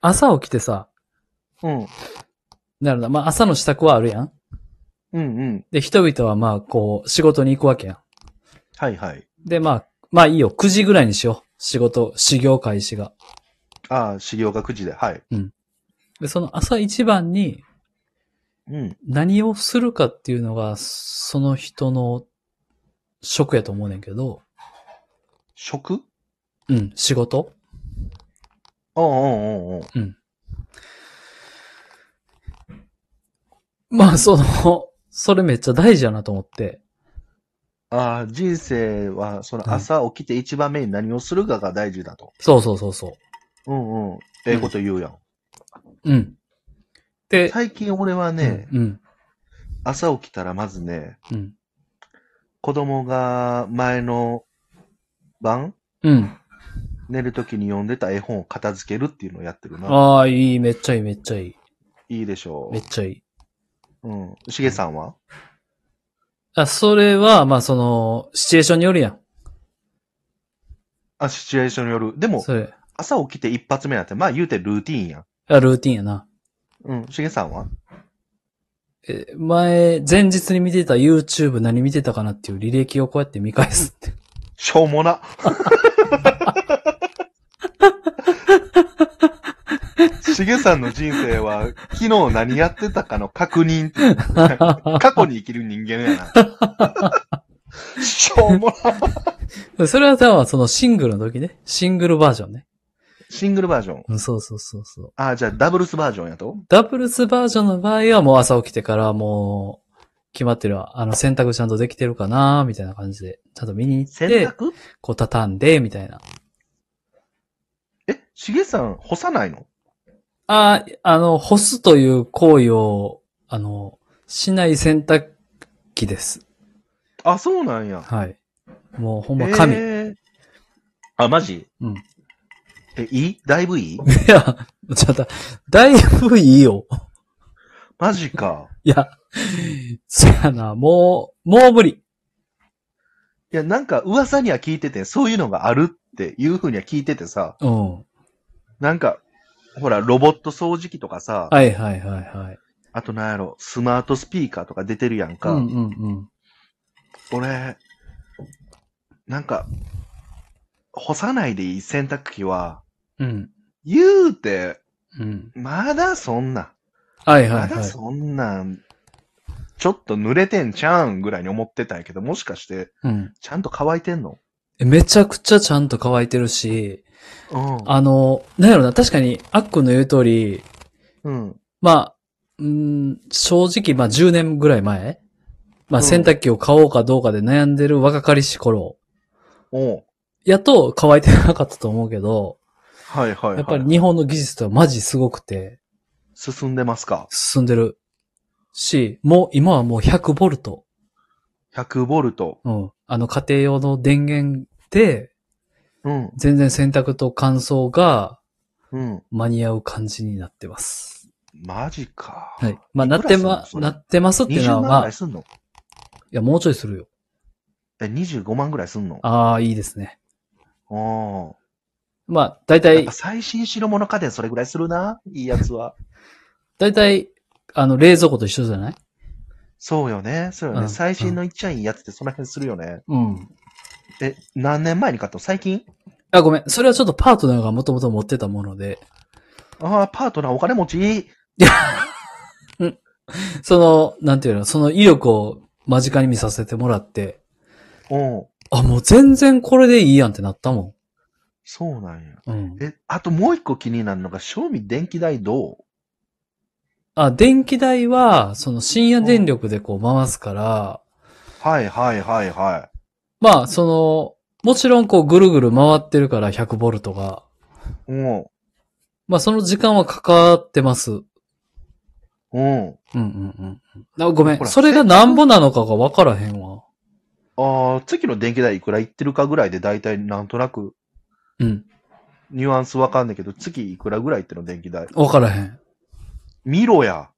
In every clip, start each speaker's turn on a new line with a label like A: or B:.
A: 朝起きてさ、
B: うん。
A: なるな、まあ朝の支度はあるやん。
B: うんうん。
A: で、人々はまあこう、仕事に行くわけやん。
B: はいはい。
A: で、まあ、まあいいよ、9時ぐらいにしよう。仕事、修行開始が。
B: ああ、修行が9時で。はい。
A: で、その朝一番に
B: うん。
A: 何をするかっていうのが、その人の職やと思うねんけど、
B: 食
A: うん、仕事
B: うんうんうんうん。
A: まあその、それめっちゃ大事やなと思って。
B: ああ、人生は、その朝起きて一番目に何をするかが大事だと。
A: そうそうそうそ
B: うんうん。ええこと言うやん。
A: う。うん。で、
B: 最近俺はね、
A: うん、
B: 朝起きたらまずね、
A: うん、
B: 子供が前の晩、
A: うん。
B: 寝るときに読んでた絵本を片付けるっていうのをやってるな。
A: ああ、いい、めっちゃいい、めっちゃいい。
B: いいでしょ
A: めっちゃいい。
B: う。うん。しげさんは
A: あ、それは、まあその、シチュエーションによるやん。
B: あ、シチュエーションによる。でも、
A: それ。
B: 朝起きて一発目なんて、まあ言うてルーティーンやん。
A: あ、ルーティンやな。
B: うん。しげさんは
A: え、前、前日に見てた YouTube 何見てたかなっていう履歴をこうやって見返すって。
B: しょうも な。しげさんの人生は、昨日何やってたかの確認、 過去に生きる人間やな。しょうも な。
A: それは多分そのシングルの時ね。シングルバージョンね。
B: シングルバージョン。
A: うん、そうそうそうそう。
B: ああ、じゃあダブルスバージョンやと
A: ダブルスバージョンの場合はもう朝起きてからもう、決まってるわ。あの、洗濯ちゃんとできてるかなみたいな感じで。ちゃんと見に行っ
B: 洗
A: て、
B: 濯
A: こう畳んで、みたいな。
B: え、しげさん、干さないの
A: あーあの、干すという行為を、あの、しない洗濯機です。
B: あ、そうなんや。
A: はい。もうほんま神。
B: えーあ、マジ
A: うん。
B: え、いいだい ぶいい
A: いや、ちょっと、だいぶいいよ。
B: マジか。
A: いや、そやな、もう、もう無理。
B: いや、なんか噂には聞いてて、そういうのがあるっていうふうには聞いててさ、
A: うん。
B: なんか、ほら、ロボット掃除機とかさ、
A: はいはいはいはい。
B: あとなんやろ、スマートスピーカーとか出てるやん
A: う
B: か。
A: んうんうん。
B: 俺、なんか、干さないでいい洗濯機は、
A: うん。
B: 言うて、
A: うん。
B: まだそんな、
A: はいは
B: ま
A: いは
B: だ
A: い。
B: そんなん、ちょっと濡れてんちゃうんぐらいに思ってたんやけど、もしかして、
A: うん。
B: ちゃんと乾いてんの
A: えめちゃくちゃちゃんと乾いてるし、
B: うん。
A: あの、なんやろな、確かに、あっくんの言う通り、
B: うん。
A: まあ、うーん正直、まあ10年ぐらい前まあ
B: うん
A: 洗濯機を買おうかどうかで悩んでる若かりし頃、
B: おう
A: やっと乾いてなかったと思うけど、
B: はいはいはい。
A: やっぱり日本の技術ってマジすごくて、
B: 進んでますか
A: 進んでる。し、もう今はもう100ボルト。
B: 100ボルト。
A: うん。あの家庭用の電源で、
B: うん、
A: 全然洗濯と乾燥が
B: うん。
A: 間に合う感じになってます。
B: マジか。
A: はい。まあ、
B: い
A: なっ
B: くらす
A: て
B: んの
A: ま、
B: それ
A: なってますっていう
B: 20
A: のは、
B: 万ぐ
A: まあ、
B: らい
A: い
B: すんの
A: や、もうちょいするよ。
B: え、25万ぐらいすんのあ
A: ああ、いいですね。
B: あ。
A: まあ、だいた
B: やっ
A: い
B: ぱ、最新白物家電それぐらいするな。いいやつは。
A: だいたい、あの、冷蔵庫と一緒じゃない
B: そうよね。そうよ
A: う
B: ね。
A: ん
B: 最新のいっちゃいいやつってその辺するよね。
A: うん。
B: え、何年前に買ったの最近
A: あ、ごめん。それはちょっとパートナーがもともと持ってたもので、
B: ああ、パートナーお金持ち。
A: その、なんていうの、その威力を間近に見させてもらって、
B: うん。
A: あ、もう全然これでいいやんってなったも
B: そうなんや。
A: ん。うん。
B: え、あともう一個気になるのが、賞味電気代ど
A: あ、電気代は、その深夜電力でこう回すから、
B: うはいはいはいは
A: まあ、その、もちろんこうぐるぐる回ってるから100ボルトが、
B: い。うん。
A: まあその時間はかかってます。うん
B: うん。
A: うんうん。あごめ
B: ほ
A: ん。
B: ら
A: それがなんぼなのかがわからへんわ。
B: ああ、月の電気代いくらいってるかぐらいで大体なんとなく
A: うん。
B: ニュアンスわかんないけど、月いくらぐらいっての電気代。
A: わからへん。
B: 見ろや。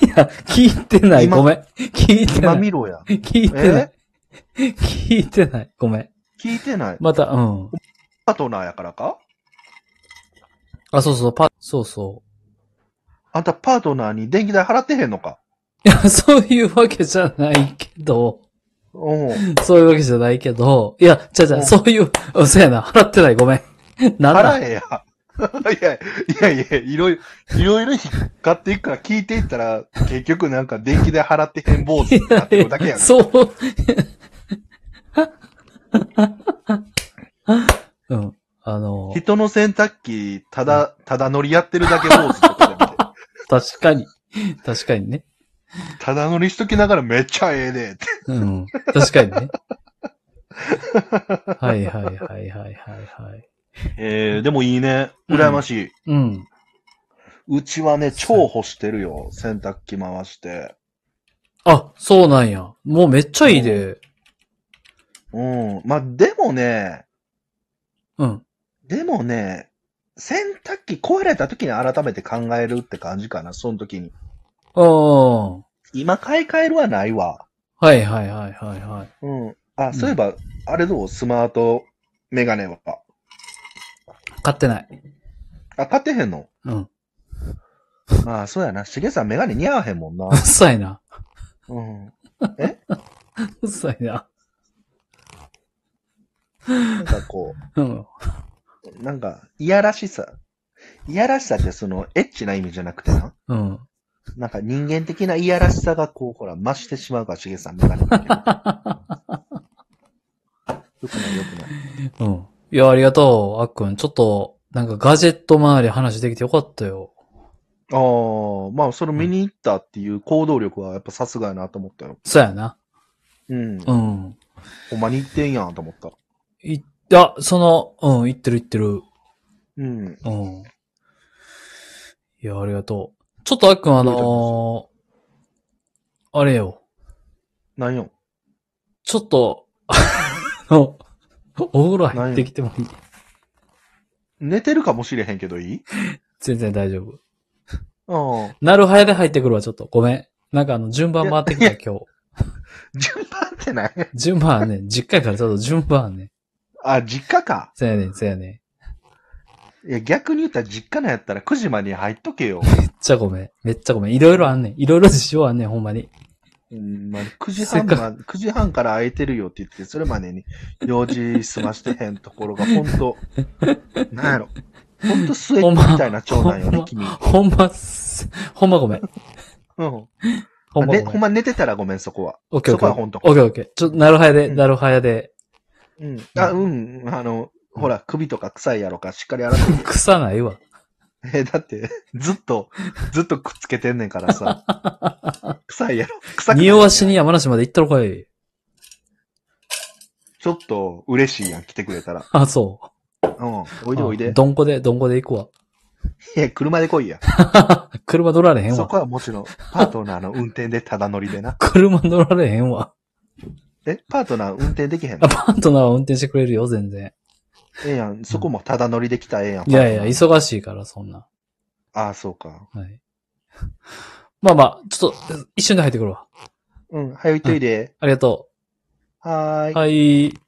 A: いや、聞いてない。
B: 今
A: ごめん。聞いて
B: 今
A: ない。
B: 見ろや。
A: 聞いてない。聞いてない。ごめん。
B: 聞いてない。
A: また、うん。
B: パートナーやからか
A: あ、そうそう、パ、そうそ
B: あんたパートナーに電気代払ってへんのか
A: う。いや、そういうわけじゃないけど、
B: うん。
A: そういうわけじゃないけど、いや、ちゃうちゃ
B: う
A: う、
B: ん
A: そういう、 うんそうやな、払ってない、ごめん。なんだ
B: 払えや。 いや、いやいや、いろいろ、いろいろ引っかっていくから聞いていったら、結局なんか電気代払ってへん坊主になってるだけや ん。
A: そう。うん。あの、
B: 人の洗濯機、ただ、ただ乗りやってるだけ坊主とかじゃなくて
A: 確かに。確かにね。
B: ただ乗りしときながらめっちゃええでって。
A: うん。確かにね。はいはいはいはいはいはい。
B: えー、でもいいね。羨ましい。
A: うん。
B: うちはね、超干してるよ。洗濯機回して。
A: あ、そうなんや。もうめっちゃいいで。
B: うん。まあ、でもね、
A: うん。
B: でもね、洗濯機壊れた時に改めて考えるって感じかな、その時に。
A: ああ。は
B: 今買い替えるはないわ。
A: いはいはいはいはい。
B: うん。あ、そういえば、あれどうスマートメガネは。
A: 買ってない。
B: あ、買ってへんの
A: うん。
B: あ、そうやな。しげさんメガネ似合わへんもんな
A: うっ。さいな。
B: うん。
A: うっさいな。
B: なんかこ
A: うん。
B: う、なんか、いやらしさ。いやらしさってその、エッチな意味じゃなくてな。
A: うん。
B: なんか人間的ないやらしさがこう、ほら、増してしまうから、しげさんメガネかけると。よくないよくない。
A: うん。いや、ありがとう、あっくん。ちょっと、なんかガジェット周り話できてよかったよ。
B: ああ、まあ、それ見に行ったっていう行動力はやっぱさすがやなと思ったよ。
A: そうやな。
B: う
A: うん。
B: ん。ほんまに行ってんやんと思った。
A: い、あ、その、うん、言ってる言ってる。
B: うん。
A: うん。いや、ありがとう。ちょっとあっくん、あのーあれよ。
B: 何よ。
A: ちょっと、 あの、お風呂入ってきてもいい。
B: 寝てるかもしれへんけどいい
A: 全然大丈夫。
B: うん。
A: なるはやで入ってくるわ、ちょっと。ごめん。なんかあの、順番回ってきた、今日。
B: 順番ってない
A: 順番はね、実家やからちょっと順番はね。
B: あ、実家か。
A: そうやねん、そうやねん。
B: いや、逆に言ったら実家なんやったら9時までに入っとけよ。
A: めっちゃごめん。めっちゃごめん。いろいろあんねん。いろいろ事情あんねん、ほんまに。
B: う ん、まあ、9時半ま、9時半から空いてるよって言って、それまでに用事済ましてへんところが、ほん と、なんやろ。ほんと末っ子みたいな長男よ
A: ほん
B: ね
A: ま、
B: 君。
A: ほんま、すほんまごめん。
B: うん。
A: ほんま
B: ね、
A: ごめ
B: ほん
A: ん。
B: ま寝てたらごめん、そこは。
A: オッケー
B: そ
A: オッケ
B: こは
A: ー。
B: ほんと。
A: オッケーオッケー。ちょっと、なるはやで、
B: うん
A: なるはやで。
B: うん。あ、うん。あの、ほら、首とか臭いやろか、しっかり洗って。
A: 臭ないわ。
B: え、だって、ずっと、ずっとくっつけてんねんからさ。 臭いやろ。臭くない
A: 匂わしに山梨まで行ったろかい。
B: ちょっと嬉しいやん、来てくれたら。
A: あ、そう。
B: うん。おいでおい
A: あ
B: で。
A: どんこで、どんこで行く
B: いや、車で来いや。
A: わ。 車乗られへん
B: そ
A: わ。
B: こはもちろん、パートナーの運転でただ乗りでな。
A: 車乗られへんわ。
B: え、パートナー運転できへん
A: あ
B: の
A: パートナーは運転してくれるよ、全然。
B: ええやん。そこもただ乗りできたらええやん。
A: いやいや、
B: パート
A: 忙しいから、そんな。
B: ナーああ、そうか。
A: はい。まあまあ、ちょっと、一瞬で入ってくるわ。
B: うん、早いといで。
A: ありがと。。
B: はーいう
A: はい。